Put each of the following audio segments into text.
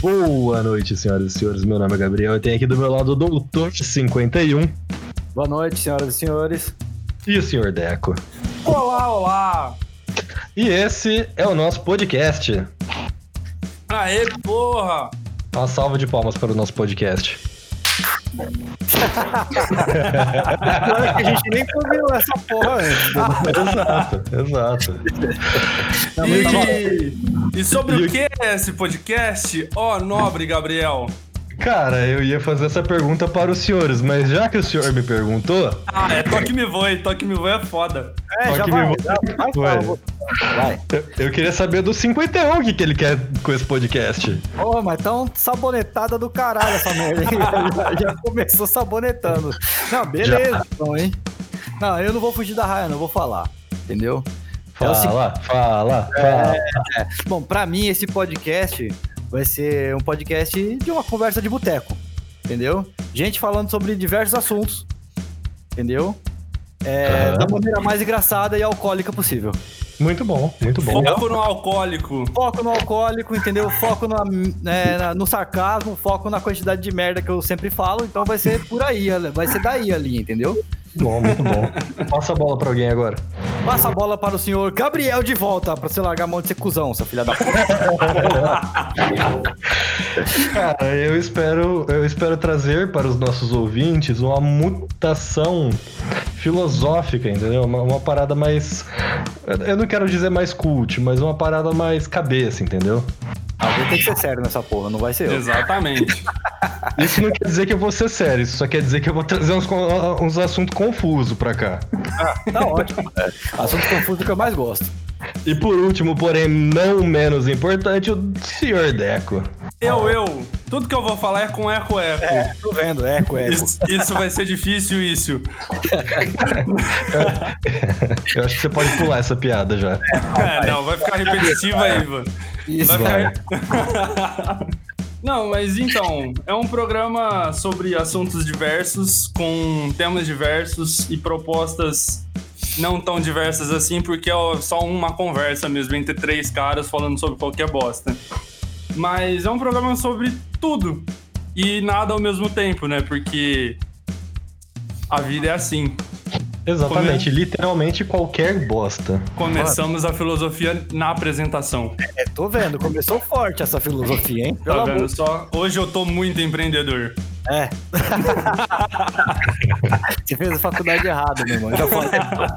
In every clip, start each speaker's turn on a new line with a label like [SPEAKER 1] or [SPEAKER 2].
[SPEAKER 1] Boa noite, senhoras e senhores. Meu nome é Gabriel e tem aqui do meu lado o Doutor 51
[SPEAKER 2] Boa noite, senhoras e senhores.
[SPEAKER 1] e o Senhor Deco.
[SPEAKER 2] Olá, olá!
[SPEAKER 1] E esse é o nosso podcast.
[SPEAKER 2] Aê, porra!
[SPEAKER 1] Uma salva de palmas para o nosso podcast.
[SPEAKER 2] a gente nem combinou essa porra antes. né?
[SPEAKER 1] exato, exato.
[SPEAKER 2] Tá
[SPEAKER 3] E, e sobre
[SPEAKER 1] E
[SPEAKER 3] o que é esse podcast? Ó, nobre Gabriel.
[SPEAKER 1] Cara, eu ia fazer essa pergunta para os senhores, mas já que o senhor me perguntou,
[SPEAKER 3] Ah, é Toque Me Voe. Toque Me Voe é foda.
[SPEAKER 2] É,
[SPEAKER 1] Só
[SPEAKER 2] já
[SPEAKER 1] que
[SPEAKER 2] vai,
[SPEAKER 1] me-
[SPEAKER 2] já vai,
[SPEAKER 1] Ué.
[SPEAKER 2] fala você. vai.
[SPEAKER 1] eu- eu queria saber do 51 o que, que ele quer com esse podcast.
[SPEAKER 2] Porra, mas tá um sabonetada do caralho essa merda. aí. já, já começou sabonetando. Não, beleza, então, hein? Não, eu não vou fugir da raia, não vou falar. Entendeu? É o seguinte-
[SPEAKER 1] Fala, fala, fala.
[SPEAKER 2] Bom, pra mim esse podcast vai ser um podcast de uma conversa de boteco, entendeu? Gente falando sobre diversos assuntos, entendeu? É,
[SPEAKER 1] Aham.
[SPEAKER 2] Da maneira mais engraçada e alcoólica possível.
[SPEAKER 1] Muito bom, muito bom.
[SPEAKER 3] Foco no alcoólico.
[SPEAKER 2] Foco no alcoólico, entendeu? Foco na- é, na- no sarcasmo, foco na quantidade de merda que eu sempre falo. Então vai ser por aí, Ale- vai ser daí ali, entendeu?
[SPEAKER 1] Muito bom, muito bom. Passa a bola para alguém agora.
[SPEAKER 2] Passa a bola para o senhor Gabriel de volta pra você largar a mão de ser cuzão, seu filho da puta.
[SPEAKER 1] Cara, eu espero, eu espero trazer para os nossos ouvintes uma mutação filosófica, entendeu? Uma, uma parada mais. Eu não quero dizer mais cult, mas uma parada mais cabeça, entendeu?
[SPEAKER 2] Alguém tem que ser sério nessa porra, não vai ser eu.
[SPEAKER 3] Exatamente.
[SPEAKER 1] Isso não quer dizer que eu vou ser sério, isso só quer dizer que eu vou trazer uns, con- uns assuntos confusos pra cá.
[SPEAKER 2] Tá ótimo. Assunto confuso que eu mais gosto.
[SPEAKER 1] E por último, porém não menos importante, o Sr. Deco.
[SPEAKER 3] Eu, eu. Tudo que eu vou falar é com eco-eco.
[SPEAKER 2] Tô vendo, eco, eco.
[SPEAKER 3] Isso, isso vai ser difícil, isso.
[SPEAKER 1] Eu acho que você pode pular essa piada já.
[SPEAKER 3] É, não, vai ficar repetitivo aí, mano.
[SPEAKER 2] Isso.
[SPEAKER 1] Vai.
[SPEAKER 3] Vai ficar- Não, mas então, é um programa sobre assuntos diversos, com temas diversos e propostas não tão diversas assim, porque é só uma conversa mesmo entre três caras falando sobre qualquer bosta. Mas é um programa sobre tudo e nada ao mesmo tempo, né? Porque a vida é assim.
[SPEAKER 1] Exatamente, literalmente qualquer bosta.
[SPEAKER 3] Começamos a filosofia na apresentação.
[SPEAKER 2] É, tô vendo, começou forte essa filosofia, hein?
[SPEAKER 3] Tá
[SPEAKER 2] Pelo
[SPEAKER 3] vendo
[SPEAKER 2] amor.
[SPEAKER 3] só? Hoje eu tô muito empreendedor.
[SPEAKER 2] É. Você fez a faculdade errada, meu irmão. Então, Já falei.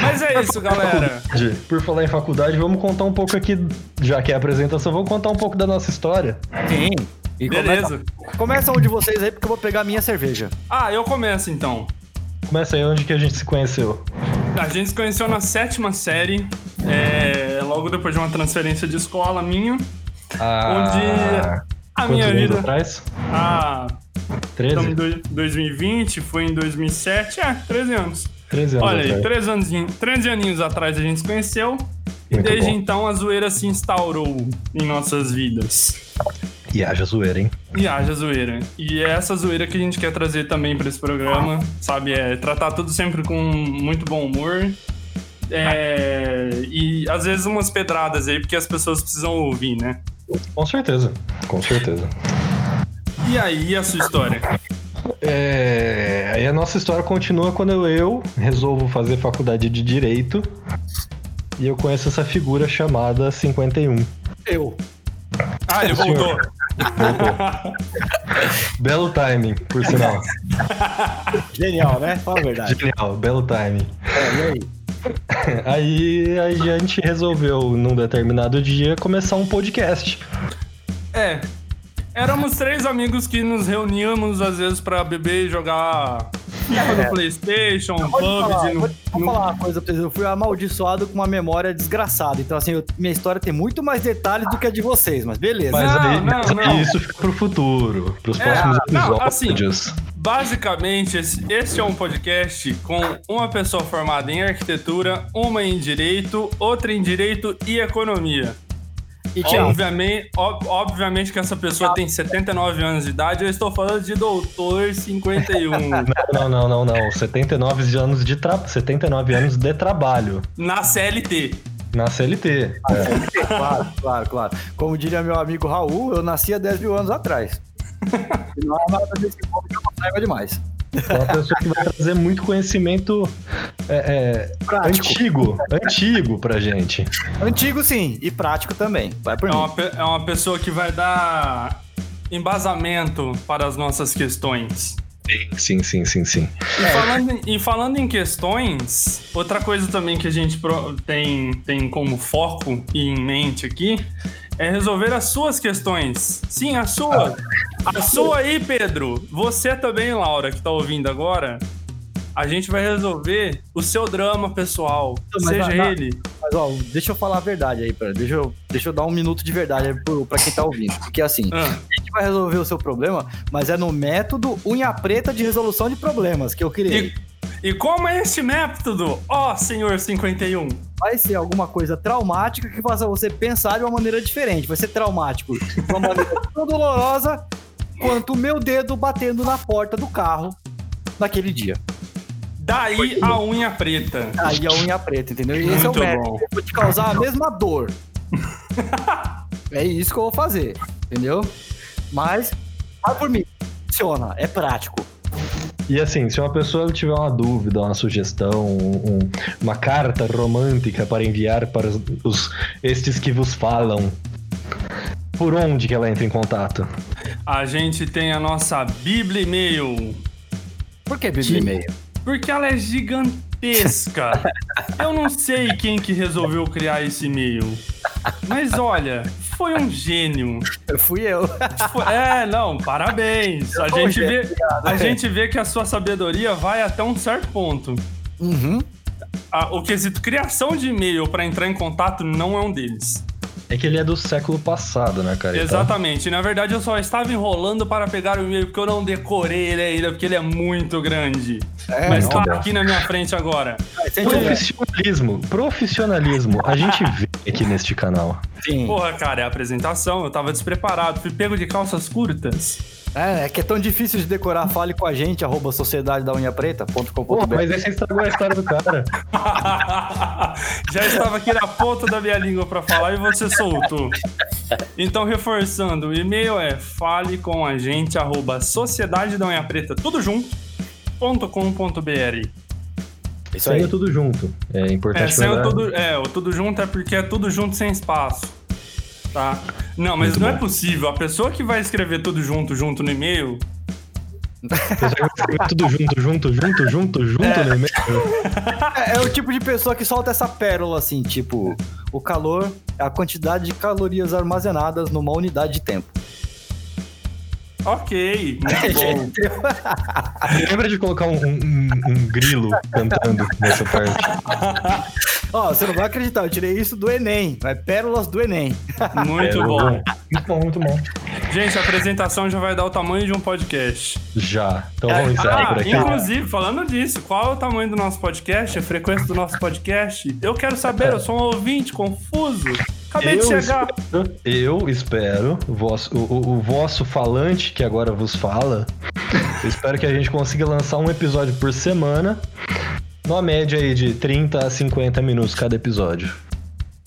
[SPEAKER 3] Mas é isso, galera.
[SPEAKER 1] Faculdade. Por falar em faculdade, vamos contar um pouco aqui, já que é a apresentação, vamos contar um pouco da nossa história.
[SPEAKER 2] Sim. E começa,
[SPEAKER 3] Beleza.
[SPEAKER 2] começa um de vocês aí, porque eu vou pegar a minha cerveja.
[SPEAKER 3] Ah, eu começo então.
[SPEAKER 1] Começa aí onde que a gente se conheceu.
[SPEAKER 3] A gente se conheceu na sétima série, é, logo depois de uma transferência de escola minha.
[SPEAKER 1] Ah,
[SPEAKER 3] A
[SPEAKER 1] quantos
[SPEAKER 3] minha
[SPEAKER 1] anos
[SPEAKER 3] vida.
[SPEAKER 1] atrás?
[SPEAKER 3] Ah, estamos
[SPEAKER 1] 13?
[SPEAKER 3] em doi- 2020, foi em 2007, é, 13 anos.
[SPEAKER 1] 13 anos
[SPEAKER 3] Olha aí,
[SPEAKER 1] atrás.
[SPEAKER 3] 13 aninhos, 13 aninhos atrás a gente se conheceu. E
[SPEAKER 1] Muito
[SPEAKER 3] desde
[SPEAKER 1] bom.
[SPEAKER 3] então a zoeira se instaurou em nossas vidas.
[SPEAKER 1] E haja zoeira, hein?
[SPEAKER 3] E haja zoeira. E é essa zoeira que a gente quer trazer também pra esse programa, sabe? É tratar tudo sempre com muito bom humor. É, e às vezes umas pedradas aí, porque as pessoas precisam ouvir, né?
[SPEAKER 1] Com certeza, com certeza.
[SPEAKER 3] E aí, a sua história?
[SPEAKER 1] É, aí a nossa história continua quando eu resolvo fazer faculdade de Direito e eu conheço essa figura chamada 51.
[SPEAKER 2] Eu.
[SPEAKER 3] Ah, ele voltou.
[SPEAKER 1] Belo timing, por sinal.
[SPEAKER 2] Genial, né? Fala a verdade.
[SPEAKER 1] Genial, belo timing.
[SPEAKER 2] É, e aí?
[SPEAKER 1] Aí a gente resolveu, num determinado dia, começar um podcast.
[SPEAKER 3] É. Éramos três amigos que nos reuníamos às vezes pra beber e jogar FIFA no Playstation,
[SPEAKER 2] É. Pode falar,
[SPEAKER 3] PUBG
[SPEAKER 2] vou,
[SPEAKER 3] no,
[SPEAKER 2] vou falar uma coisa pra vocês. Eu fui amaldiçoado com uma memória desgraçada. Então, assim, eu- minha história tem muito mais detalhes do que a de vocês, mas beleza.
[SPEAKER 1] Mas
[SPEAKER 3] Não,
[SPEAKER 1] aí,
[SPEAKER 3] não,
[SPEAKER 1] mas aí
[SPEAKER 3] não. É,
[SPEAKER 1] isso fica pro futuro, pros próximos
[SPEAKER 3] não, assim.
[SPEAKER 1] episódios.
[SPEAKER 3] Basicamente, esse, esse é um podcast com uma pessoa formada em arquitetura, uma em direito, outra em direito e economia.
[SPEAKER 2] e tchau.
[SPEAKER 3] Obviamente, ob- obviamente que essa pessoa tem 79 anos de idade, eu estou falando de doutor 51.
[SPEAKER 1] Não, não, não, não. 79 anos de tra... 79 anos de trabalho.
[SPEAKER 3] na CLT.
[SPEAKER 1] Na CLT. é.
[SPEAKER 2] Claro, claro, claro. Como diria meu amigo Raul, eu nasci há 10 mil anos atrás. E não há nada desse povo que eu não saiba demais.
[SPEAKER 1] É uma pessoa que vai trazer muito conhecimento é, é, antigo, antigo pra gente.
[SPEAKER 2] Antigo sim, e prático também. Vai por
[SPEAKER 3] É
[SPEAKER 2] mim.
[SPEAKER 3] uma, pe- é uma pessoa que vai dar embasamento para as nossas questões.
[SPEAKER 1] Sim, sim, sim, sim.
[SPEAKER 3] E
[SPEAKER 2] É,
[SPEAKER 3] falando, em- e falando em questões, outra coisa também que a gente pro- tem, tem como foco e em mente aqui é resolver as suas questões. Sim, a sua. A sua aí, Pedro. Você também, Laura, que tá ouvindo agora. A gente vai resolver o seu drama pessoal,
[SPEAKER 2] Mas
[SPEAKER 3] seja
[SPEAKER 2] na- na-
[SPEAKER 3] ele.
[SPEAKER 2] Mas ó, deixa eu falar a verdade aí, pra, deixa, eu, deixa eu dar um minuto de verdade aí pro- pra quem tá ouvindo. Porque assim,
[SPEAKER 3] Ah,
[SPEAKER 2] a gente vai resolver o seu problema, mas é no método unha preta de resolução de problemas que eu criei.
[SPEAKER 3] e, e como é este método? Ó, senhor 51.
[SPEAKER 2] vai ser alguma coisa traumática que faça você pensar de uma maneira diferente. Vai ser traumático de uma maneira tão dolorosa quanto o meu dedo batendo na porta do carro naquele dia.
[SPEAKER 3] Daí a unha preta.
[SPEAKER 2] Aí é a unha preta, entendeu? E esse é o
[SPEAKER 3] Muito
[SPEAKER 2] método.
[SPEAKER 3] bom.
[SPEAKER 2] Eu vou te causar a mesma dor. é isso que eu vou fazer, entendeu? Mas, vai por mim. Funciona, é prático.
[SPEAKER 1] E assim, se uma pessoa tiver uma dúvida, uma sugestão, um- um- uma carta romântica para enviar para os, os- estes que vos falam, por onde que ela entra em contato?
[SPEAKER 3] A gente tem a nossa Bíblia e-mail.
[SPEAKER 2] Por que Bíblia e meio?
[SPEAKER 3] Porque ela é gigantesca. Eu não sei quem que resolveu criar esse e-mail. Mas olha, foi um gênio.
[SPEAKER 2] Fui eu.
[SPEAKER 3] Foi- É, não, parabéns. A gente,
[SPEAKER 2] gênio,
[SPEAKER 3] vê, a gente vê que a sua sabedoria vai até um certo ponto.
[SPEAKER 2] Uhum.
[SPEAKER 3] A- o quesito criação de e-mail para entrar em contato não é um deles.
[SPEAKER 1] É que ele é do século passado, né, cara? Então,
[SPEAKER 3] Exatamente. Na verdade, eu só estava enrolando para pegar o e-mail porque eu não decorei ele ainda, porque ele é muito grande.
[SPEAKER 2] É,
[SPEAKER 3] Mas tá
[SPEAKER 1] não,
[SPEAKER 3] está
[SPEAKER 1] não.
[SPEAKER 3] aqui na minha frente agora.
[SPEAKER 2] se a gente-
[SPEAKER 1] Profissionalismo, profissionalismo, a gente vê aqui neste canal.
[SPEAKER 2] Sim.
[SPEAKER 3] Porra, cara, é a apresentação, eu tava despreparado, fui pego de calças curtas.
[SPEAKER 2] É, é que é tão difícil de decorar. Fale com a gente, arroba sociedade da unha
[SPEAKER 1] Pô, mas aí você estragou a história do cara.
[SPEAKER 3] Já estava aqui na ponta da minha língua pra falar e você soltou. Então, reforçando, o e-mail é fale com a gente, arroba sociedade da unha preta, tudo junto, ponto .com.br.
[SPEAKER 2] Isso
[SPEAKER 1] Saiu tudo junto. É
[SPEAKER 3] É,
[SPEAKER 1] importante
[SPEAKER 3] saiu
[SPEAKER 1] lembrar.
[SPEAKER 3] tudo, é, o tudo junto é porque é tudo junto sem espaço. Tá? Não, mas
[SPEAKER 1] Muito
[SPEAKER 3] não é
[SPEAKER 1] bom.
[SPEAKER 3] possível. A pessoa que vai escrever tudo junto, junto no e-mail,
[SPEAKER 1] Você já escreveu tudo junto, junto, junto, junto, junto né? no e-mail.
[SPEAKER 3] Tá.
[SPEAKER 2] É, é o tipo de pessoa que solta essa pérola assim, tipo, o calor é a quantidade de calorias armazenadas numa unidade de tempo.
[SPEAKER 3] ok,
[SPEAKER 1] É,
[SPEAKER 3] muito bom.
[SPEAKER 1] Lembra de colocar um, um- um grilo cantando nessa parte?
[SPEAKER 2] Ó, você não vai acreditar, eu tirei isso do Enem. É pérolas do Enem.
[SPEAKER 3] Muito
[SPEAKER 1] É,
[SPEAKER 3] bom.
[SPEAKER 1] Muito bom, muito bom.
[SPEAKER 3] Gente, a apresentação já vai dar o tamanho de um podcast.
[SPEAKER 1] Já. Então vamos encerrar
[SPEAKER 3] Ah,
[SPEAKER 1] por aqui.
[SPEAKER 3] inclusive, falando disso, qual é o tamanho do nosso podcast? A frequência do nosso podcast? Eu quero saber, eu sou um ouvinte confuso. Acabei de
[SPEAKER 1] Eu
[SPEAKER 3] chegar.
[SPEAKER 1] espero, eu espero vosso- o, o- o vosso falante que agora vos fala, eu espero que a gente consiga lançar um episódio por semana, numa média aí de 30 a 50 minutos cada episódio.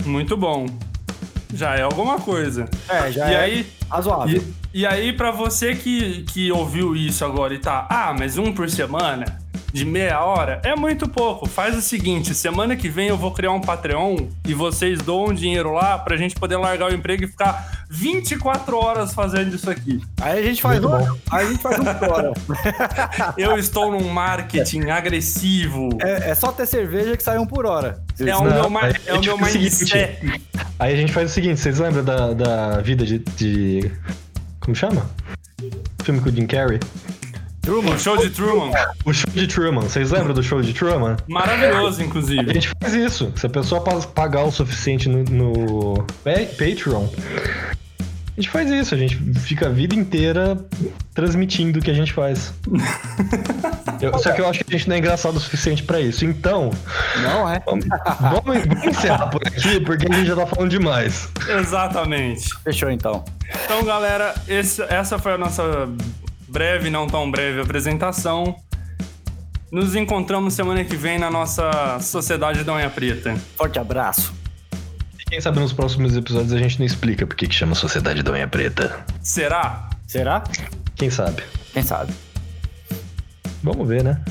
[SPEAKER 3] Muito bom. Já é alguma coisa.
[SPEAKER 2] É, já
[SPEAKER 3] e
[SPEAKER 2] é
[SPEAKER 3] aí,
[SPEAKER 1] Tá
[SPEAKER 2] razoável.
[SPEAKER 3] e, e aí para você que, que ouviu isso agora e tá, ah, mas um por semana, de meia hora, é muito pouco. Faz o seguinte, semana que vem eu vou criar um Patreon e vocês doam um dinheiro lá pra gente poder largar o emprego e ficar 24 horas fazendo isso aqui.
[SPEAKER 2] Aí a gente faz
[SPEAKER 1] Muito
[SPEAKER 2] uma,
[SPEAKER 1] bom.
[SPEAKER 2] aí a gente faz uma hora.
[SPEAKER 3] Eu estou num marketing agressivo.
[SPEAKER 2] É, é só ter cerveja que sai um por hora.
[SPEAKER 3] É o meu, mar-
[SPEAKER 1] aí,
[SPEAKER 3] é o meu
[SPEAKER 1] tipo, é o seguinte.
[SPEAKER 3] mindset.
[SPEAKER 1] Aí a gente faz o seguinte, vocês lembram da, da vida de, de- Como chama? Filme com o Jim Carrey?
[SPEAKER 3] Truman, show de Truman.
[SPEAKER 1] O show de Truman. Vocês lembram do show de Truman?
[SPEAKER 3] Maravilhoso,
[SPEAKER 1] A
[SPEAKER 3] inclusive.
[SPEAKER 1] gente faz isso. Se a pessoa pa- pagar o suficiente no, no Pa- Patreon, a gente faz isso. A gente fica a vida inteira transmitindo o que a gente faz. Eu- só que eu acho que a gente não é engraçado o suficiente pra isso. Então,
[SPEAKER 3] um
[SPEAKER 2] Não é?
[SPEAKER 1] vamos, vamos- vamos encerrar por aqui, porque a gente já tá falando demais.
[SPEAKER 3] Exatamente.
[SPEAKER 2] Fechou então.
[SPEAKER 3] Então, galera, esse- essa foi a nossa breve, não tão breve apresentação. Nos encontramos semana que vem na nossa Sociedade da Unha Preta.
[SPEAKER 2] Forte abraço.
[SPEAKER 1] Quem sabe nos próximos episódios a gente não explica por que que chama Sociedade da Unha Preta.
[SPEAKER 3] Será?
[SPEAKER 2] Será?
[SPEAKER 1] Quem sabe?
[SPEAKER 2] Quem sabe?
[SPEAKER 1] Vamos ver, né?